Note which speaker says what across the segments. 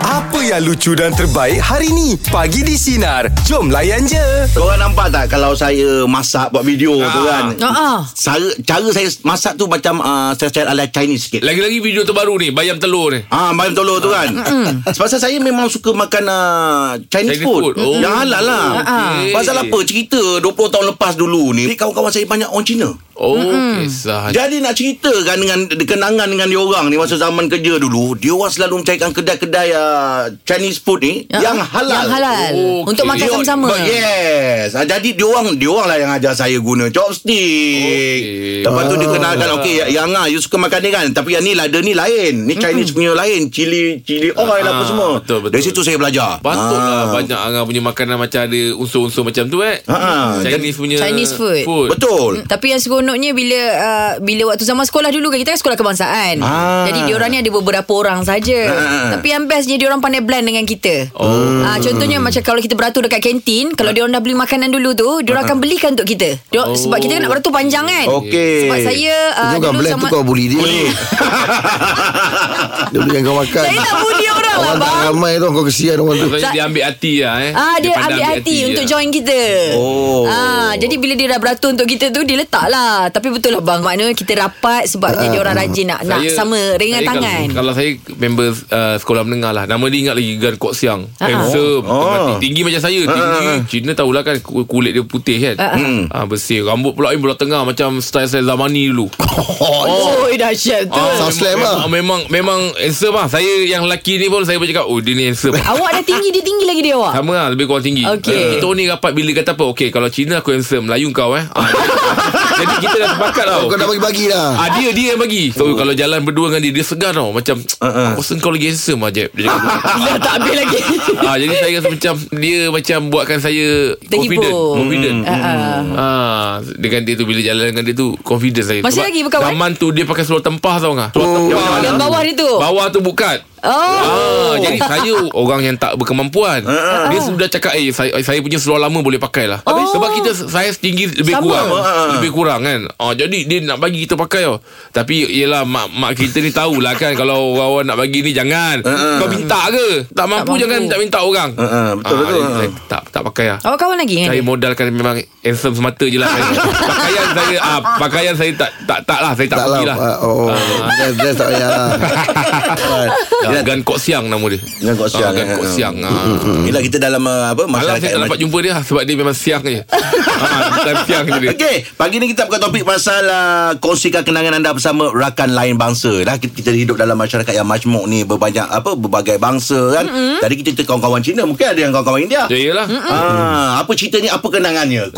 Speaker 1: Apa yang lucu dan terbaik hari ni? Pagi di Sinar. Jom layan je.
Speaker 2: Korang nampak tak kalau saya masak buat video tu kan?
Speaker 3: Ah.
Speaker 2: Cara, cara saya masak tu macam uh, style ala Chinese sikit.
Speaker 4: Lagi-lagi video terbaru ni Bayam telur ni
Speaker 2: Ah, bayam telur tu kan. Sebab saya memang suka makan uh, Chinese,
Speaker 4: Chinese
Speaker 2: food.
Speaker 4: food. Oh.
Speaker 2: Yang halal lah.
Speaker 3: Ah,
Speaker 4: Okey.
Speaker 2: Pasal apa? Cerita 20 tahun lepas dulu ni, kawan-kawan saya banyak orang Cina.
Speaker 4: Oh kisah
Speaker 2: Jadi nak cerita kan dengan kenangan dengan diorang ni masa zaman kerja dulu, diorang selalu mencarikan kedai-kedai uh, Chinese food ni
Speaker 3: Ah,
Speaker 2: yang halal.
Speaker 3: Yang halal.
Speaker 4: Okey.
Speaker 3: Untuk makan
Speaker 4: Dia-
Speaker 3: sama-sama.
Speaker 2: But yes. Ah, Jadi diorang diorang lah yang ajar saya guna chopstick.
Speaker 4: Okey. Ah.
Speaker 2: Lepas tu dia kenalkan okey yang ah you suka makan ni kan tapi yang ni lada ni lain. Ni Chinese punya lain, cili cili oil
Speaker 4: Ah,
Speaker 2: apa semua.
Speaker 4: betul, betul.
Speaker 2: Dari situ saya belajar.
Speaker 4: Patutlah banyak Angah punya makanan Macam ada unsur-unsur macam tu eh
Speaker 2: Ah, ah.
Speaker 4: Chinese punya
Speaker 3: Chinese food.
Speaker 4: food.
Speaker 2: Betul.
Speaker 3: Tapi yang seronoknya bila uh, bila waktu zaman sekolah dulu kan kita kan sekolah kebangsaan.
Speaker 2: Ah.
Speaker 3: Jadi diorang ni ada beberapa orang saja.
Speaker 2: Ah.
Speaker 3: Tapi yang bestnya diorang pandai blend dengan kita.
Speaker 4: Oh.
Speaker 3: Ah contohnya macam kalau kita beratur dekat kantin, kalau diorang dah beli makanan dulu tu, diorang akan belikan untuk kita.
Speaker 4: Oh.
Speaker 3: Diorang, sebab kita kan nak beratur panjang kan.
Speaker 2: Okey.
Speaker 3: Sebab saya uh,
Speaker 5: Kau kan
Speaker 3: dulu
Speaker 5: blend
Speaker 3: sama
Speaker 5: tu kau bully dia Dia belikan kau makan
Speaker 3: Saya tak bully orang lah
Speaker 5: Orang tak
Speaker 3: bang.
Speaker 5: ramai tu Kau kesian orang tu
Speaker 4: Maksudnya dia ambil hati lah eh
Speaker 3: Ah dia,
Speaker 4: pandai
Speaker 3: ambil hati untuk
Speaker 4: lah.
Speaker 3: join kita.
Speaker 2: Oh.
Speaker 3: Ah jadi bila dia dah beratur untuk kita tu dia letak lah. Tapi betul lah bang maknanya kita rapat sebabnya dia orang rajin nak nak sama ringan
Speaker 4: saya
Speaker 3: tangan.
Speaker 4: kalau, kalau saya member uh, sekolah menengah lah Nama dia ingat lagi Gan Kok Siang
Speaker 3: Ah.
Speaker 4: Handsome
Speaker 2: Oh. Ah,
Speaker 4: tinggi, tinggi macam saya Tinggi Cina tahulah kan ku- Kulit dia putih kan
Speaker 3: Ah, ah.
Speaker 2: Hmm.
Speaker 4: ah, Bersih Rambut pula ni belah tengah Macam style-style zamani dulu
Speaker 3: Oh, dahsyat tu.
Speaker 4: Ah,
Speaker 5: Sound slam
Speaker 4: memang,
Speaker 5: lah.
Speaker 4: memang, memang handsome lah Saya yang lelaki ni pun Saya pun cakap Oh dia ni handsome
Speaker 3: Awak dah tinggi Dia tinggi lagi dia awak
Speaker 4: Sama lah Lebih kurang tinggi
Speaker 3: Ah. Okey.
Speaker 4: Kita orang ni rapat bila kata apa Okay kalau Cina aku handsome Melayu kau eh Ah, Jadi kita dah sepakat tau
Speaker 5: Kau dah bagi-bagi dah
Speaker 4: Ah dia dia yang bagi.
Speaker 3: Oh.
Speaker 4: So kalau jalan berdua dengan dia dia segan tau macam
Speaker 2: Uh-uh.
Speaker 4: uh-uh. aku rasa kau lagi handsome ah Jeb. Dia cakap tu.
Speaker 3: Ah, Dah tak habis lagi
Speaker 4: ah jadi saya rasa macam dia macam buatkan saya
Speaker 3: Terhibur.
Speaker 4: confident, confident.
Speaker 3: Hmm. Ah,
Speaker 4: Ah dengan dia tu bila jalan dengan dia tu confident saya.
Speaker 3: Masih lagi eh? berkawan?
Speaker 4: Zaman tu dia pakai seluar tempah tau ngah. Seluar tempah.
Speaker 3: Yang bawah dia tu
Speaker 4: Bawah tu bukan.
Speaker 3: Oh
Speaker 4: Ah, jadi saya orang yang tak berkemampuan. Dia sudah cakap eh saya, saya punya seluar lama boleh pakai lah.
Speaker 3: Habis?
Speaker 4: Sebab kita saya tinggi lebih
Speaker 3: Sama.
Speaker 4: kurang.
Speaker 2: Ah.
Speaker 4: Lebih kurang kan. Ah jadi dia nak bagi kita pakai tau. Tapi ialah mak mak kita ni tahulah kan kalau orang nak bagi ni jangan. Kau minta ke? Tak mampu,
Speaker 3: mampu.
Speaker 4: jangan minta-minta orang.
Speaker 2: ah, betul,
Speaker 4: Ah,
Speaker 2: betul.
Speaker 4: jadi saya tak tak pakai lah.
Speaker 3: Awak kawan lagi kan
Speaker 4: Saya modalkan memang handsome semata je lah saya. Pakaian saya ah, Pakaian saya tak tak, tak lah Saya tak,
Speaker 5: Tak lah
Speaker 4: pergi lah
Speaker 5: ah, Oh Dress dress tak payah lah Alright.
Speaker 4: Ah, Gan Kok Siang nama dia
Speaker 2: Gan Kok Siang,
Speaker 4: Ah, Gan
Speaker 2: eh,
Speaker 4: Kok
Speaker 2: eh.
Speaker 4: Siang ah.
Speaker 2: Bila kita dalam uh, apa
Speaker 4: Malam saya tak dapat jumpa dia lah, Sebab dia memang siang je ha, Time siang je dia
Speaker 2: Okey, pagi ni kita buka topik pasal uh, kongsikan kenangan anda bersama rakan lain bangsa. Dah kita, kita hidup dalam masyarakat yang majmuk ni berbanyak apa berbagai bangsa kan. Mm-hmm. Tadi kita cerita kawan-kawan Cina, mungkin ada yang kawan-kawan India.
Speaker 4: Ya iyalah
Speaker 3: Mm,
Speaker 4: Mm.
Speaker 2: Ah, apa cerita ni apa kenangannya?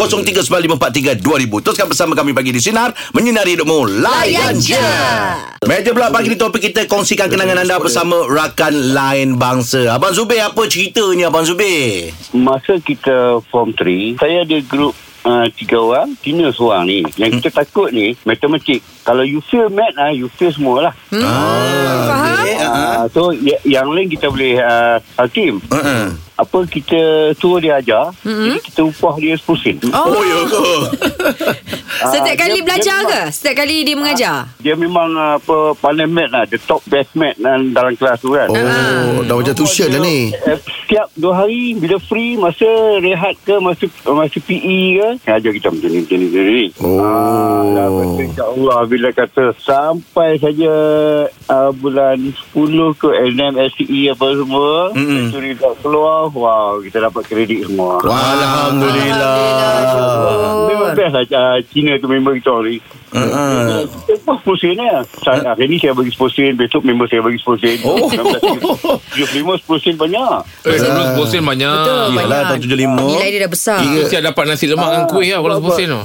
Speaker 2: 0395432000. Teruskan bersama kami pagi di sinar menyinari hidupmu. Layan je. Meja pula pagi ni topik kita kongsikan kenangan anda bersama rakan lain bangsa. Abang Zubir apa ceritanya Abang Zubir?
Speaker 6: Masa kita form 3 Saya ada grup uh, Tiga orang Cina seorang ni Yang
Speaker 3: Hmm.
Speaker 6: kita takut ni Matematik Kalau you fail math uh, You fail semualah
Speaker 3: hmm, Uh-huh. Faham
Speaker 2: Eh, ah.
Speaker 6: uh, So y- yang lain kita boleh uh, Hakim
Speaker 2: Uh-uh.
Speaker 6: Apa kita Suruh dia ajar mm-hmm. Jadi kita upah dia 10 sen
Speaker 3: Hmm. Oh,
Speaker 2: Oh, ya ke?
Speaker 3: Setiap
Speaker 6: Ah, dia-
Speaker 3: kali
Speaker 6: dia
Speaker 3: belajar
Speaker 6: memang-
Speaker 3: ke Setiap kali dia mengajar
Speaker 6: Dia memang uh, apa Pandai math lah The top best math uh, Dalam kelas tu
Speaker 3: Ah,
Speaker 6: kan
Speaker 5: Oh Dah macam tuition dah ni
Speaker 6: Eh, Setiap dua hari Bila free Masa rehat ke Masa masa PE ke Ajar kita macam ni Macam ni Macam ni
Speaker 5: Oh.
Speaker 6: ah, InsyaAllah Bila kata Sampai saja uh, Bulan 10 ke NM SCE E apa semua
Speaker 2: Mm-mm.
Speaker 6: mm-hmm. Curi tak keluar Wow Kita dapat kredit semua wow. Memang best lah uh, Cina tu member kita hari
Speaker 5: Ha.
Speaker 2: Uh-uh.
Speaker 6: Kita pun 10 sen lah Sa- Hari ni saya bagi 10 sen Besok member saya bagi 10 sen
Speaker 2: Oh.
Speaker 6: 75 10 sen banyak
Speaker 4: Eh dulu bosen banyak
Speaker 3: Betul,
Speaker 2: Yelah, tahun
Speaker 3: banyak
Speaker 2: 75.
Speaker 3: Nilai dia dah besar
Speaker 4: Itu siap dapat nasi lemak dengan kuih lah Kalau
Speaker 6: Ah,
Speaker 4: bosen tu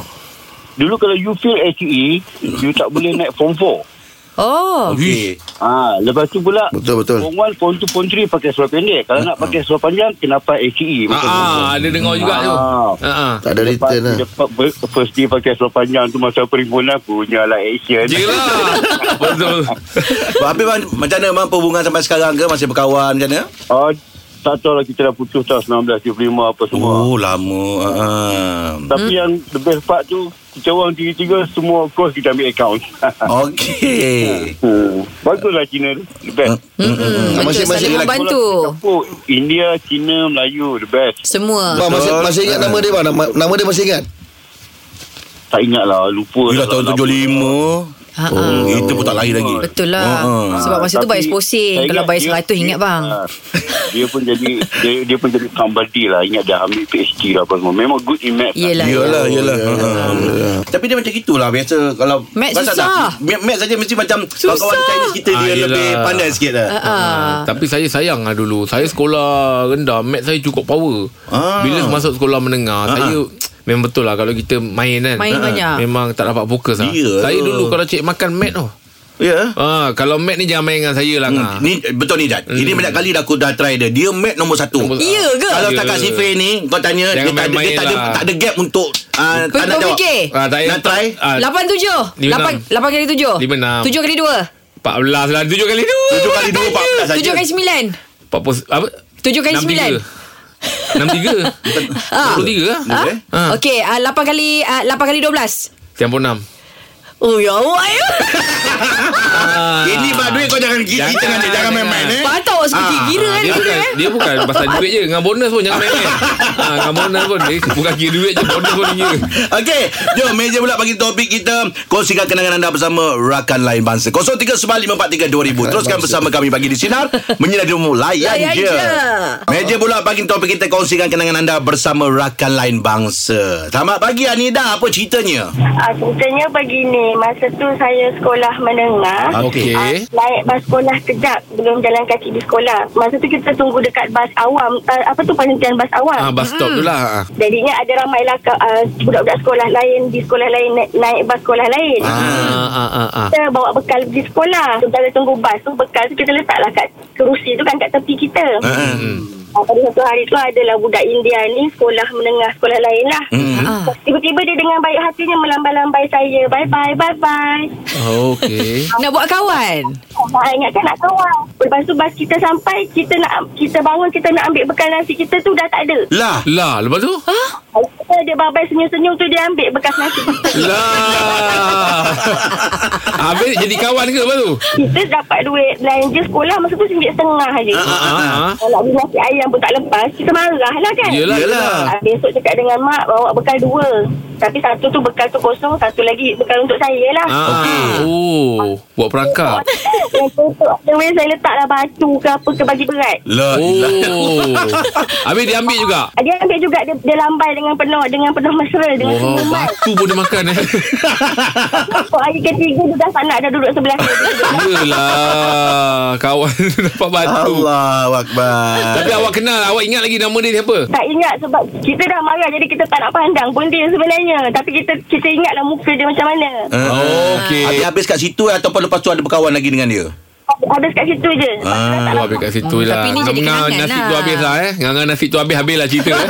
Speaker 6: Dulu kalau you fail SCE You tak boleh naik form 4
Speaker 3: Oh
Speaker 4: Okey.
Speaker 6: Ah, lepas tu pula
Speaker 5: Betul, betul.
Speaker 6: Form 1, form 2, form 3 pakai seluar pendek. Kalau nak pakai seluar panjang kenapa
Speaker 4: Ah,
Speaker 6: ACE macam
Speaker 4: ah,
Speaker 6: tu.
Speaker 4: Ada dengar juga tu
Speaker 6: Ah.
Speaker 4: Ah, ah.
Speaker 5: Tak ada
Speaker 6: Lepas,
Speaker 5: return lah
Speaker 6: lepas ber- first day pakai seluar panjang tu masa perhimpunan punya lah action.
Speaker 4: Yelah Betul
Speaker 2: Habis bang, macam mana bang perhubungan sampai sekarang ke masih berkawan macam mana?
Speaker 6: Oh, tak tahu lah kita dah putus tahun 1975 apa semua.
Speaker 2: Oh lama uh,
Speaker 6: Tapi hmm. yang the best part tu Kita orang tiga-tiga Semua course kita ambil account
Speaker 2: ah. Okay
Speaker 6: hmm. Baguslah Cina tu
Speaker 5: Ah.
Speaker 2: Hmm,
Speaker 4: Eh.
Speaker 6: The best
Speaker 5: Hmm, Masih-
Speaker 3: Mm-mm, betul,
Speaker 5: masih
Speaker 3: saling
Speaker 5: lagi-
Speaker 3: membantu.
Speaker 6: oh, India, Cina, Melayu The best
Speaker 3: Semua.
Speaker 5: Bang masih, masih ingat nama dia bang Nama, nama dia masih ingat
Speaker 6: Tak ingat lah Lupa
Speaker 2: Yelah tahun 75
Speaker 3: Ha, ha.
Speaker 2: oh, Itu pun tak lahir lagi
Speaker 3: Betul lah.
Speaker 2: Oh, oh.
Speaker 3: Sebab masa tu
Speaker 6: Tapi
Speaker 3: bayar
Speaker 6: saya
Speaker 3: seposing. Kalau
Speaker 6: ingat
Speaker 3: bayar
Speaker 6: dia-
Speaker 3: seratus ingat bang.
Speaker 6: Ah, dia pun jadi dia, dia pun jadi somebody lah Ingat dia ambil PhD lah apa semua Memang good in math lah.
Speaker 3: Yelah.
Speaker 2: Yelah, yelah.
Speaker 5: Ya,
Speaker 2: Ha. Tapi dia macam gitulah biasa kalau
Speaker 3: Mac
Speaker 2: Perasan tak?
Speaker 3: susah.
Speaker 2: Mac, Mac saja mesti macam kawan-kawan Chinese kita
Speaker 4: Ah,
Speaker 2: dia
Speaker 4: yelah.
Speaker 2: lebih pandai sikit
Speaker 3: Ha,
Speaker 2: lah.
Speaker 4: Ah. Tapi saya sayang lah dulu Saya sekolah rendah Mat saya cukup power
Speaker 2: Ah.
Speaker 4: Bila masuk sekolah menengah Saya Memang betul lah Kalau kita main kan
Speaker 3: Main banyak.
Speaker 4: Memang tak dapat fokus lah
Speaker 2: Ya.
Speaker 4: Saya dulu kalau cik makan Mat tu
Speaker 2: Ya.
Speaker 4: ah, Kalau Mat ni jangan main dengan saya lah
Speaker 2: Hmm,
Speaker 4: ngah.
Speaker 2: Ni betul ni Jad. Ini banyak kali dah aku dah try dia. Dia Mac nombor satu.
Speaker 4: Hmm. Nombor-
Speaker 3: Iya ke?
Speaker 2: Kalau
Speaker 4: Ya.
Speaker 2: takat Sifir ni kau tanya dia tak ada,
Speaker 4: Jangan
Speaker 2: dia
Speaker 4: main-main
Speaker 2: tak ada
Speaker 4: lah.
Speaker 2: tak ada gap untuk ah, tak nak jawab.
Speaker 3: Berfikir.
Speaker 4: ah, saya,
Speaker 2: Nak try?
Speaker 4: Ah,
Speaker 3: Lapan tujuh.
Speaker 4: Lima
Speaker 3: Lapan,
Speaker 4: enam.
Speaker 3: lapan kali tujuh.
Speaker 4: Lima enam.
Speaker 3: Tujuh kali dua.
Speaker 4: 14 lah 7 kali tu
Speaker 2: Tujuh kali dua empat belas saja.
Speaker 3: Tujuh kali sembilan.
Speaker 4: 14 apa?
Speaker 3: Tujuh kali sembilan.
Speaker 4: 63
Speaker 3: Ah.
Speaker 4: 63 lah
Speaker 3: Ha?
Speaker 2: Eh?
Speaker 4: Ah.
Speaker 3: Okey, ah, lapan kali ah, lapan kali dua belas.
Speaker 4: Tiang pun 6
Speaker 3: Oh ya awak ya.
Speaker 2: Ini bab duit kau jangan gigi
Speaker 4: Jangan,
Speaker 2: jangan jangan
Speaker 4: jangan.
Speaker 2: main-main eh.
Speaker 3: Patut awak seperti
Speaker 2: Ah,
Speaker 3: gira kan
Speaker 4: dia
Speaker 3: dulu
Speaker 4: bukan,
Speaker 3: eh.
Speaker 4: dia bukan pasal duit je Dengan bonus pun Jangan main-main ha, Dengan bonus pun dia Bukan kira duit je Bonus pun dia
Speaker 2: Okey, jom meja pula bagi topik kita kongsikan kenangan anda bersama rakan lain bangsa. 0395432000. Teruskan bersama kami bagi di sinar menyinari demo layan,
Speaker 3: Layan
Speaker 2: je.
Speaker 3: je.
Speaker 2: Meja pula bagi topik kita kongsikan kenangan anda bersama rakan lain bangsa. Selamat pagi Anida, apa ceritanya?
Speaker 7: Ah, ceritanya begini, masa tu saya sekolah menengah.
Speaker 4: Okey.
Speaker 7: Ah, naik bas sekolah kejap, belum jalan kaki di sekolah. Masa tu kita tunggu dekat bas awam, ah, apa tu penghentian bas awam.
Speaker 4: ha, Bus stop tu lah ha.
Speaker 7: Jadinya ada ramailah ka- ah, budak-budak sekolah lain di sekolah lain naik, naik bas sekolah lain.
Speaker 4: Ah, ah, ah, ah.
Speaker 7: Kita bawa bekal pergi sekolah. Sementara tunggu bas tu, bekal tu kita letaklah kat kerusi tu kan kat tepi kita.
Speaker 4: Eh.
Speaker 2: Hmm.
Speaker 7: Ah, pada satu hari tu adalah budak India ni sekolah menengah sekolah lain lah.
Speaker 4: Hmm.
Speaker 3: Ah.
Speaker 7: Tiba-tiba dia dengan baik hatinya melambai-lambai saya. Bye-bye, bye-bye.
Speaker 4: Okey
Speaker 3: Nak buat kawan.
Speaker 7: Oh, Mak ingatkan nak kawan. Lepas tu bas kita sampai, kita nak kita bawa kita nak ambil bekal nasi kita tu dah tak ada.
Speaker 2: Lah,
Speaker 4: Lah lepas tu
Speaker 7: Kita dia babai senyum-senyum tu dia ambil bekas nasi kita.
Speaker 4: Lah Habis jadi kawan ke lepas tu
Speaker 7: Kita dapat duit belanja sekolah masa tu RM1.50 je.
Speaker 4: ha, ha, ha.
Speaker 7: Kalau nak beli nasi ayam pun tak lepas, kita marah lah kan.
Speaker 4: Yelah, yelah.
Speaker 7: Ah, Besok cakap dengan mak bawa bekal dua. Tapi satu tu bekal tu kosong, satu lagi bekal untuk saya lah.
Speaker 4: Ah, Oh Buat perangkap
Speaker 7: Yang tutup tu weh, saya letaklah batu ke apa ke bagi berat.
Speaker 2: lah.
Speaker 4: Oh Habis dia ambil juga
Speaker 7: Ah, Dia ambil juga dia, dia lambai dengan penuh dengan penuh mesra dengan
Speaker 4: Wow
Speaker 7: senyuman.
Speaker 4: Batu pun dia makan eh
Speaker 7: Pokok hari ketiga tu dah tak nak dah duduk sebelah saya. Dia duduk.
Speaker 4: Yelah Kawan dapat batu
Speaker 2: Allah Akbar.
Speaker 4: Ah, Tapi awak kenal Awak ingat lagi nama dia siapa
Speaker 7: tak ingat sebab kita dah marah jadi kita tak nak pandang pun dia sebenarnya. Tapi kita kita ingatlah muka dia macam mana.
Speaker 2: Ah.
Speaker 4: Okey
Speaker 2: Habis-habis kat situ eh, ataupun lepas tu ada berkawan lagi dengan dia?
Speaker 7: Habis kat situ je.
Speaker 4: Tu
Speaker 7: Lepas tu dah tak nak-
Speaker 4: Ah, habis kat situ
Speaker 3: Hmm,
Speaker 4: lah
Speaker 3: tapi ni jadi
Speaker 4: Ngam-ngam
Speaker 3: kenangan
Speaker 4: nasi
Speaker 3: lah.
Speaker 4: tu habis lah eh Ngangan nasi tu habis Habis lah cerita eh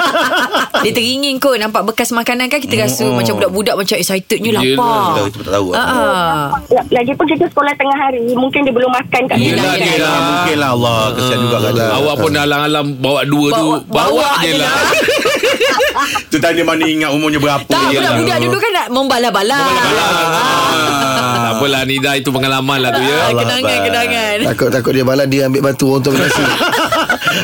Speaker 3: Dia teringin kot nampak bekas makanan kan kita rasa
Speaker 2: Oh.
Speaker 3: macam budak-budak macam excitednya
Speaker 4: Yelah,
Speaker 2: Kita
Speaker 3: lapar.
Speaker 2: kita tak tahu. lah.
Speaker 3: Ha ah.
Speaker 7: Ya, Lagipun kita sekolah tengah hari Mungkin dia belum makan kat
Speaker 4: Yelah, yelah.
Speaker 7: rumah.
Speaker 2: Okey lah, mungkin lah Allah. Kesian juga kat dia.
Speaker 4: Awak pun dah alam-alam Bawa dua tu
Speaker 3: Bawa-
Speaker 4: Bawa
Speaker 3: bawa
Speaker 4: je
Speaker 3: je
Speaker 4: lah
Speaker 2: Tu tanya mana ingat umurnya berapa. ah.
Speaker 3: Tak
Speaker 2: Yelah.
Speaker 3: budak-budak dulu kan nak membala-bala.
Speaker 4: Ah, Tak apalah Nida Itu pengalaman lah tu ya
Speaker 3: Ah,
Speaker 2: Allah
Speaker 3: Kenangan-kenangan.
Speaker 5: Takut-takut dia balas Dia ambil batu Orang tu ambil nasi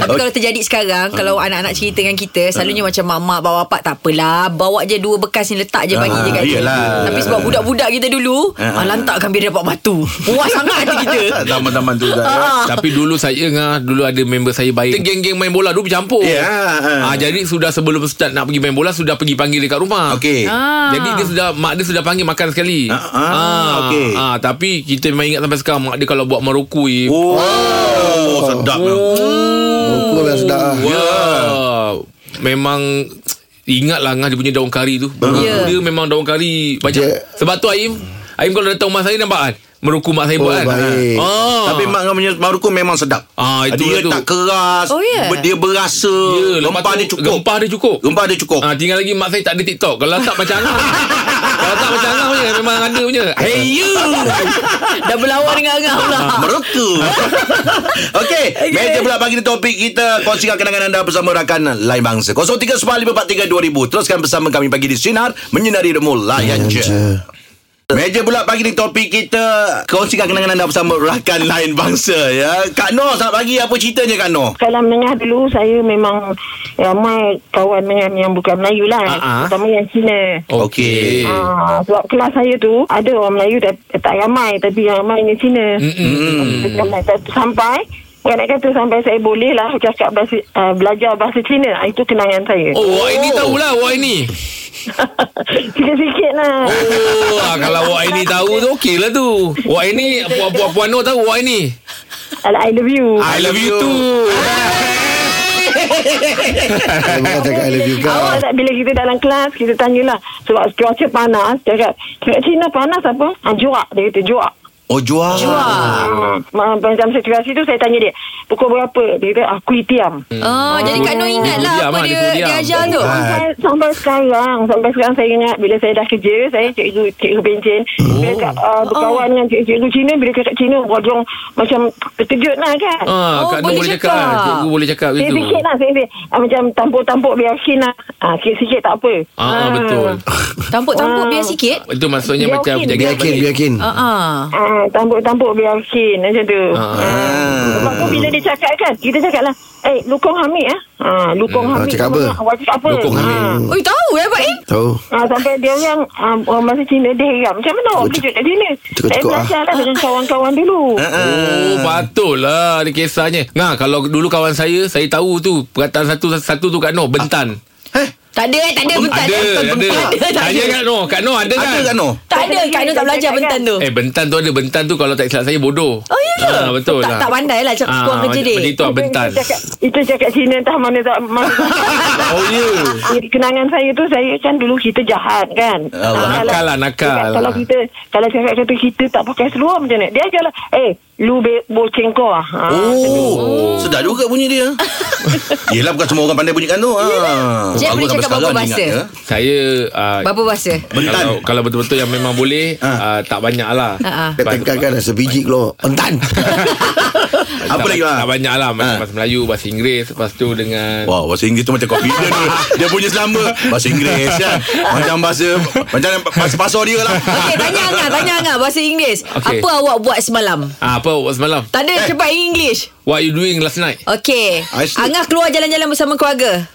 Speaker 3: Tapi kalau terjadi
Speaker 4: Ah.
Speaker 3: sekarang Kalau anak-anak cerita dengan kita Selalunya macam mak-mak bawa apa Tak apalah Bawa je dua bekas ni Letak je bagi
Speaker 4: Ah,
Speaker 3: je kat dia
Speaker 2: iyalah.
Speaker 3: Tapi sebab budak-budak kita dulu ah, Lantakkan biar dia dapat batu Puas sangat hati kita
Speaker 2: Taman-taman tu dah.
Speaker 3: Ah.
Speaker 4: Tapi dulu saya ngah Dulu ada member saya baik Kita geng-geng main bola Dulu bercampur
Speaker 2: Ya.
Speaker 4: Ah, jadi sudah sebelum start nak pergi main bola Sudah pergi panggil dekat rumah
Speaker 2: Okey.
Speaker 3: Ah.
Speaker 4: Jadi dia sudah Mak dia sudah panggil makan sekali
Speaker 2: Ah, ah, okey.
Speaker 4: ah, Tapi kita memang ingat sampai sekarang Mak dia kalau buat eh, merokui
Speaker 2: Oh, sedap lah.
Speaker 5: Buku memang sedap lah
Speaker 4: Ya. Memang ingatlah ngah dia punya daun kari tu.
Speaker 3: Ya.
Speaker 4: Dia memang daun kari banyak.
Speaker 5: Dia-
Speaker 4: Sebab tu Aim, Aim kalau datang rumah saya nampak kan meruku mak saya
Speaker 5: Oh,
Speaker 4: buat kan.
Speaker 5: baik.
Speaker 4: Ah.
Speaker 2: Tapi mak dengan punya maruku memang sedap.
Speaker 4: Ah, itu
Speaker 2: dia
Speaker 4: tu.
Speaker 2: tak keras.
Speaker 3: Oh, ya.
Speaker 2: ber- Dia berasa.
Speaker 4: Ya, lepas
Speaker 2: Gempar
Speaker 4: tu, Ah.
Speaker 2: dia cukup.
Speaker 4: Gempar dia cukup.
Speaker 2: Gempar dia cukup.
Speaker 4: Ah, tinggal lagi mak saya tak ada TikTok. Kalau tak macam mana? Kalau tak macam Angah punya Memang ada punya Hey you
Speaker 3: Dah berlawan dengan Angah pula
Speaker 4: Ah.
Speaker 2: Mereka Okey okay. Meja pula pagi ni topik kita Kongsikan kenangan anda bersama rakan lain bangsa 0395432000 Teruskan bersama kami pagi di Sinar Menyinari Demo Layan je Meja pula pagi ni topik kita Kongsikan kenangan anda bersama rakan lain bangsa ya. Kak Noh selamat pagi Apa ceritanya Kak Noh?
Speaker 8: Kalau menengah dulu saya memang ramai kawan dengan yang bukan Melayu lah.
Speaker 4: Ah, ah.
Speaker 8: Terutama yang Cina.
Speaker 4: Okey.
Speaker 8: Ah, sebab kelas saya tu ada orang Melayu tak, tak ramai tapi yang ramai ni Cina.
Speaker 4: Mm-mm.
Speaker 8: Ramai. Sampai orang nak kata sampai saya boleh lah cakap bahasa, uh, belajar bahasa Cina. Ah, Itu kenangan saya.
Speaker 4: Oh, Wak ini tahulah Wak ini
Speaker 8: Sikit-sikit lah.
Speaker 4: Oh, ah, kalau Wak ini tahu tu okey lah tu Wak ini Puan-puan Puan Noh tahu Wak ini
Speaker 8: Alah, I love you.
Speaker 4: I love you too
Speaker 3: Ah,
Speaker 5: Dia
Speaker 4: Ah,
Speaker 5: bukan cakap I love you
Speaker 8: Awak
Speaker 5: kau
Speaker 8: tak bila kita dalam kelas Kita tanyalah Sebab cuaca panas Cakap Cakap Cina panas apa ah, Juak Dia kata juak
Speaker 2: Oh jual
Speaker 8: Ah, ma- Macam situasi tu Saya tanya dia Pukul berapa Dia kata Aku tiam
Speaker 3: Oh, jadi Kak Noh ingat lah
Speaker 4: Dia diam
Speaker 3: apa
Speaker 4: lah, dia
Speaker 3: dia,
Speaker 4: diam.
Speaker 3: dia, ajar tu.
Speaker 4: Ah.
Speaker 8: Sampai, sampai sekarang Sampai sekarang saya ingat Bila saya dah kerja Saya cikgu Cikgu pencen
Speaker 4: Oh.
Speaker 8: Bila kat, uh, berkawan dengan cikgu-cikgu Cina Bila cakap Cina Bodong Macam terkejut lah kan
Speaker 4: Ah,
Speaker 3: Oh,
Speaker 4: Kak Noh
Speaker 3: boleh
Speaker 4: boleh cakap.
Speaker 3: cakap.
Speaker 4: Cikgu boleh cakap gitu.
Speaker 8: Sikit-sikit lah saya, ah, Macam tampuk-tampuk Biar yakin lah ah, Sikit-sikit tak apa
Speaker 4: Ah, ah, betul.
Speaker 3: Tampuk-tampuk
Speaker 8: Wow.
Speaker 3: biar sikit.
Speaker 4: Itu maksudnya
Speaker 8: Biar
Speaker 4: macam
Speaker 8: okey,
Speaker 4: jaga
Speaker 5: Biar yakin, biar yakin
Speaker 3: Ah, ah.
Speaker 8: Ah, tampuk-tampuk biar yakin macam tu. Ah. Sebab tu bila dia cakap kan, kita cakap lah, eh, Lukong Hamid ah. Ah, Lukong
Speaker 5: Ah,
Speaker 8: Hamid.
Speaker 5: cakap apa?
Speaker 8: Awak cakap apa?
Speaker 4: Hmm, Lukong Hamid.
Speaker 3: Oh, you tahu eh, Pak Im?
Speaker 5: Tahu
Speaker 8: Ah, sampai dia yang ah, orang masa Cina dia heram. Macam mana awak kejut kat sini?
Speaker 5: Cukup-cukup,
Speaker 8: Saya belajar
Speaker 4: ah.
Speaker 8: lah dengan kawan-kawan dulu.
Speaker 2: Ah.
Speaker 4: Oh, patutlah dia kisahnya. Nah, kalau dulu kawan saya, saya tahu tu perkataan satu satu tu Kak Noh, bentan.
Speaker 3: Tak ada eh, tak ada bentan.
Speaker 4: Ada,
Speaker 3: eh.
Speaker 4: ada.
Speaker 3: tak
Speaker 4: Ada
Speaker 3: ada.
Speaker 4: Kak Noh, Kak Noh ada kan?
Speaker 2: Ada Kak Noh?
Speaker 3: Tak ada, Kak Noh tak belajar bentan tu.
Speaker 4: Eh, bentan tu ada. Bentan tu kalau tak silap saya bodoh.
Speaker 3: Oh, ya ke?
Speaker 4: Ah, betul
Speaker 3: Tak-
Speaker 4: lah.
Speaker 3: tak pandai lah, cakap kurang kerja dia.
Speaker 4: Benda tu lah, bentan.
Speaker 8: Itu cakap, itu cakap Cina entah mana tak mana.
Speaker 4: Oh, ya.
Speaker 8: Kenangan saya tu saya kan dulu kita jahat kan.
Speaker 2: Allah.
Speaker 8: Ah,
Speaker 4: Nakal lah, nakal.
Speaker 8: Kalau, kalau kita kalau cakap kata kita tak pakai seluar macam mana? Dia ajarlah, eh lu be, boceng kau ah. Ah,
Speaker 2: Oh, sedap juga bunyi dia. Yelah bukan semua orang pandai bunyikan tu. Ha.
Speaker 3: Jeff
Speaker 2: Aku sampai
Speaker 3: boleh cakap berapa
Speaker 2: sekarang ni
Speaker 3: bahasa?
Speaker 2: ingat, ya.
Speaker 4: Saya ah,
Speaker 3: Berapa bahasa?
Speaker 2: Bentan.
Speaker 4: Kalau, kalau betul-betul yang memang boleh
Speaker 2: Ah.
Speaker 4: ah, Tak banyak lah
Speaker 3: Ah, ah.
Speaker 5: Dia tengkarkan rasa biji keluar Entan
Speaker 2: Apa lagi lah?
Speaker 4: Tak banyak lah Macam
Speaker 2: Ah.
Speaker 4: Bahasa Melayu Bahasa Inggeris Lepas tu dengan
Speaker 2: Wah, bahasa Inggeris tu macam confident ni. Dia punya selama bahasa Inggeris kan. Macam bahasa macam bahasa pasar dia lah.
Speaker 3: Okey, tanya Angah, tanya Angah bahasa Inggeris.
Speaker 4: Okey.
Speaker 3: Apa awak buat semalam?
Speaker 4: Ah, apa awak semalam?
Speaker 3: Tak ada cepat in English.
Speaker 4: What you doing last night?
Speaker 3: Okey.
Speaker 5: I see.
Speaker 3: Angah keluar jalan-jalan bersama keluarga.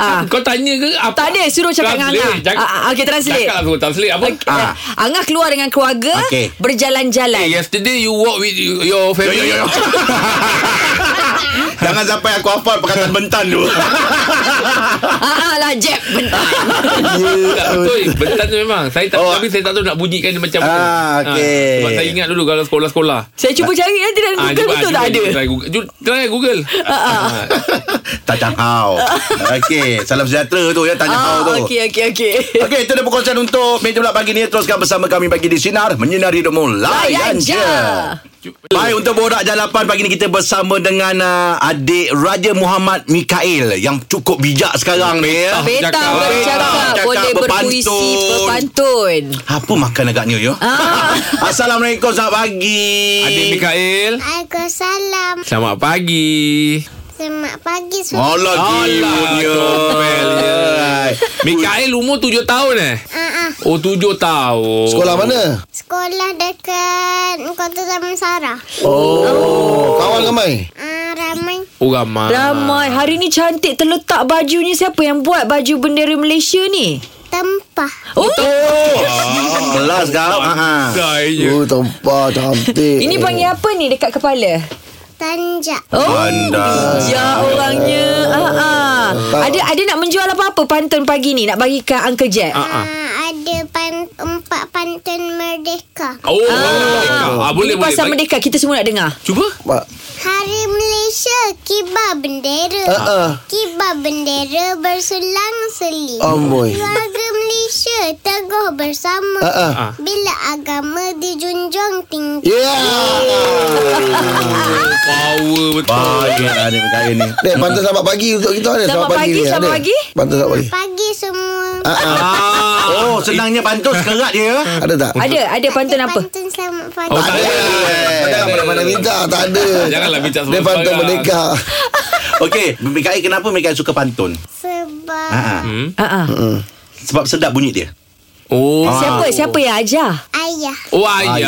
Speaker 3: Ah.
Speaker 4: Kau tanya ke apa?
Speaker 3: Tak ada, suruh cakap dengan
Speaker 4: Translate.
Speaker 3: Angah. Ah, ah, okey, translate. Ah.
Speaker 4: Cakap aku translate apa? Ah.
Speaker 3: Okey. eh. Angah keluar dengan keluarga
Speaker 2: Okey.
Speaker 4: Hey,
Speaker 3: berjalan-jalan.
Speaker 4: yesterday you walk with you- your
Speaker 2: Yo, yo,
Speaker 4: family.
Speaker 2: yo, yo. Jangan sampai aku hafal perkataan bentan tu.
Speaker 3: Ah, ah lah Jeb bentar.
Speaker 4: Tak betul Bentan tu memang Saya tak
Speaker 2: Oh.
Speaker 4: Tapi saya tak tahu nak bunyikan dia macam
Speaker 5: Ah,
Speaker 4: mana.
Speaker 5: okey.
Speaker 4: Ah, Sebab saya ingat dulu Kalau sekolah-sekolah
Speaker 3: Saya cuba cari nanti dalam Google
Speaker 4: Ah, cuba-
Speaker 3: betul
Speaker 4: cuba
Speaker 3: tak ada.
Speaker 4: Try Google, Ju- try Google. Ah.
Speaker 2: tak cangkau. Okey, salam sejahtera tu ya tanya kau
Speaker 3: Ah,
Speaker 2: tu.
Speaker 3: okey okey okey.
Speaker 2: Okey, itu dia perkongsian untuk meja bulat pagi ni. Teruskan bersama kami bagi di Sinar. Menyinari hidupmu. Layan
Speaker 3: Layan
Speaker 2: je.
Speaker 3: je.
Speaker 2: Baik, untuk Borak Jalapan pagi ni kita bersama dengan uh, adik Raja Muhammad Mikail yang cukup bijak sekarang ni ya.
Speaker 3: Beta
Speaker 4: Cakap.
Speaker 3: bercakap,
Speaker 2: Cakap,
Speaker 3: boleh berpuisi
Speaker 2: berpantun.
Speaker 3: berpantun.
Speaker 2: Apa makan agaknya ya?
Speaker 3: Ah.
Speaker 2: Assalamualaikum selamat pagi.
Speaker 4: Adik
Speaker 3: Eh.
Speaker 4: Mikael.
Speaker 9: Waalaikumsalam.
Speaker 4: Selamat pagi.
Speaker 9: Selamat pagi semua.
Speaker 2: Alah gilunya.
Speaker 4: Gomelnya. Mikael umur tujuh tahun eh?
Speaker 9: Ah, ah.
Speaker 4: Oh tujuh tahun.
Speaker 5: Sekolah mana?
Speaker 9: Sekolah dekat Kota Taman Sara.
Speaker 5: Kawan ramai?
Speaker 9: Ah, ramai.
Speaker 4: Oh ramai.
Speaker 3: Ramai Hari ni cantik Terletak bajunya Siapa yang buat Baju bendera Malaysia ni
Speaker 9: Tempah.
Speaker 3: Oh,
Speaker 2: Kelas kau. Ha ha.
Speaker 4: Saya.
Speaker 5: Oh tempat cantik
Speaker 3: Ini panggil apa ni Dekat kepala
Speaker 9: Tanjak.
Speaker 3: Oh
Speaker 2: Pandai.
Speaker 3: Ya orangnya ah, ah. Ada ada nak menjual apa-apa Pantun pagi ni Nak bagikan Uncle Jack
Speaker 4: Ah, ah.
Speaker 9: Ah, ada pan, empat pantun merdeka.
Speaker 4: Oh, ah, ah, boleh
Speaker 3: Ini
Speaker 4: boleh.
Speaker 3: pasal
Speaker 4: Baik.
Speaker 3: merdeka Kita semua nak dengar
Speaker 4: Cuba.
Speaker 5: Pak
Speaker 9: Hari Malaysia kibar bendera.
Speaker 5: Ah, ah.
Speaker 9: Kibar bendera bersulang seli.
Speaker 5: Amboi
Speaker 9: Keluarga Malaysia teguh bersama.
Speaker 5: Ah, ah.
Speaker 4: Ah.
Speaker 9: Bila agama dijunjung tinggi.
Speaker 5: Yeah
Speaker 4: Power betul.
Speaker 2: Baik adik Mikail ni.
Speaker 5: Eh, Dek, pantas selamat pagi untuk kita ni.
Speaker 3: Selamat pagi,
Speaker 5: ni,
Speaker 3: selamat
Speaker 5: Dek.
Speaker 3: pagi.
Speaker 5: Pantas selamat pagi.
Speaker 9: Pagi semua.
Speaker 4: Ah.
Speaker 2: Oh, senangnya pantun sekerat dia.
Speaker 5: Ada tak?
Speaker 3: Ada Ada pantun apa
Speaker 9: Pantun selamat pagi.
Speaker 4: Oh, tak ada. lah,
Speaker 5: Jangan mana-mana minta Tak ada
Speaker 4: Janganlah bincang
Speaker 5: Dia
Speaker 4: sembarang.
Speaker 5: pantun merdeka
Speaker 2: Okey, Mikael kenapa Mikael suka pantun?
Speaker 9: Sebab
Speaker 2: Ha.
Speaker 4: Hmm?
Speaker 3: Ah, ah.
Speaker 2: Sebab sedap bunyi dia.
Speaker 4: Oh.
Speaker 3: Siapa Siapa yang ajar
Speaker 9: ayah
Speaker 4: Oh, ayah.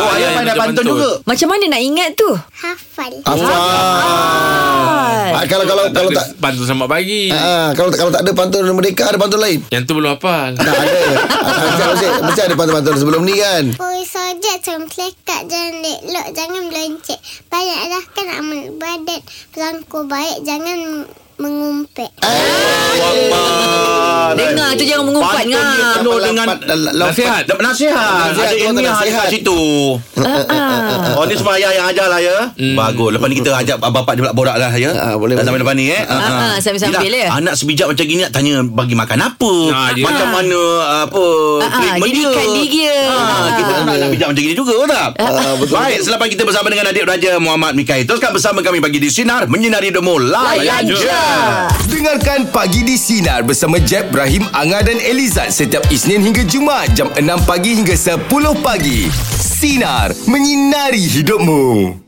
Speaker 2: Oh, ayah pandai pantun juga.
Speaker 3: Macam mana nak ingat tu Ah.
Speaker 9: hafal.
Speaker 5: Afan Kalau kalau kalau tak
Speaker 4: Pantun sama pagi.
Speaker 5: Ah, kalau kalau tak ada pantun merdeka ada pantun lain.
Speaker 4: Yang tu belum hafal.
Speaker 5: Tak ada. Ah, Mesti mesti ada pantun-pantun sebelum ni kan.
Speaker 9: Oi sojak sem selekat jangan leklok jangan melencik. Banyaklah kan amal ibadat. Sangku baik jangan mengumpet.
Speaker 5: Ah,
Speaker 3: Dengar tu jangan mengumpat
Speaker 2: Pantun dia
Speaker 3: ngah.
Speaker 2: penuh
Speaker 5: Dapat-
Speaker 2: dengan
Speaker 5: dapat- dapat-
Speaker 4: Nasihat.
Speaker 2: Dapat nasihat.
Speaker 5: Nasihat,
Speaker 2: Ada
Speaker 5: kau tak
Speaker 2: ilmiah
Speaker 5: nasihat.
Speaker 2: dekat situ. Oh, ni semua ayah yang ajar lah ya. Bagus. Lepas ni kita ajak bapak dia pula borak lah ya.
Speaker 5: Hmm. Ah, boleh,
Speaker 2: Tak
Speaker 5: boleh.
Speaker 2: sampai-sampai ni eh. Ah,
Speaker 3: ah,
Speaker 2: ah.
Speaker 3: sambil-sambil,
Speaker 2: Yelah,
Speaker 3: ya.
Speaker 2: Anak sebijak macam gini nak tanya bagi makan apa.
Speaker 4: Ah, ya.
Speaker 2: Macam
Speaker 4: Ah.
Speaker 2: mana apa
Speaker 3: Ah, ah,
Speaker 2: treatment dia.
Speaker 3: didikan diri dia.
Speaker 2: Ah, Kita
Speaker 3: Ah.
Speaker 2: nak anak bijak macam gini juga tak?
Speaker 5: betul.
Speaker 2: Baik, selepas kita bersama dengan adik Raja Muhammad Mikail. Teruskan bersama kami bagi di Sinar. Menyinari Demo. Layan
Speaker 3: Layan
Speaker 2: je.
Speaker 3: je.
Speaker 1: Dengarkan Pagi di Sinar bersama Jeb, Ibrahim, Anga dan Elizad setiap Isnin hingga Jumaat jam 6 pagi hingga 10 pagi. Sinar. Menyinari hidupmu.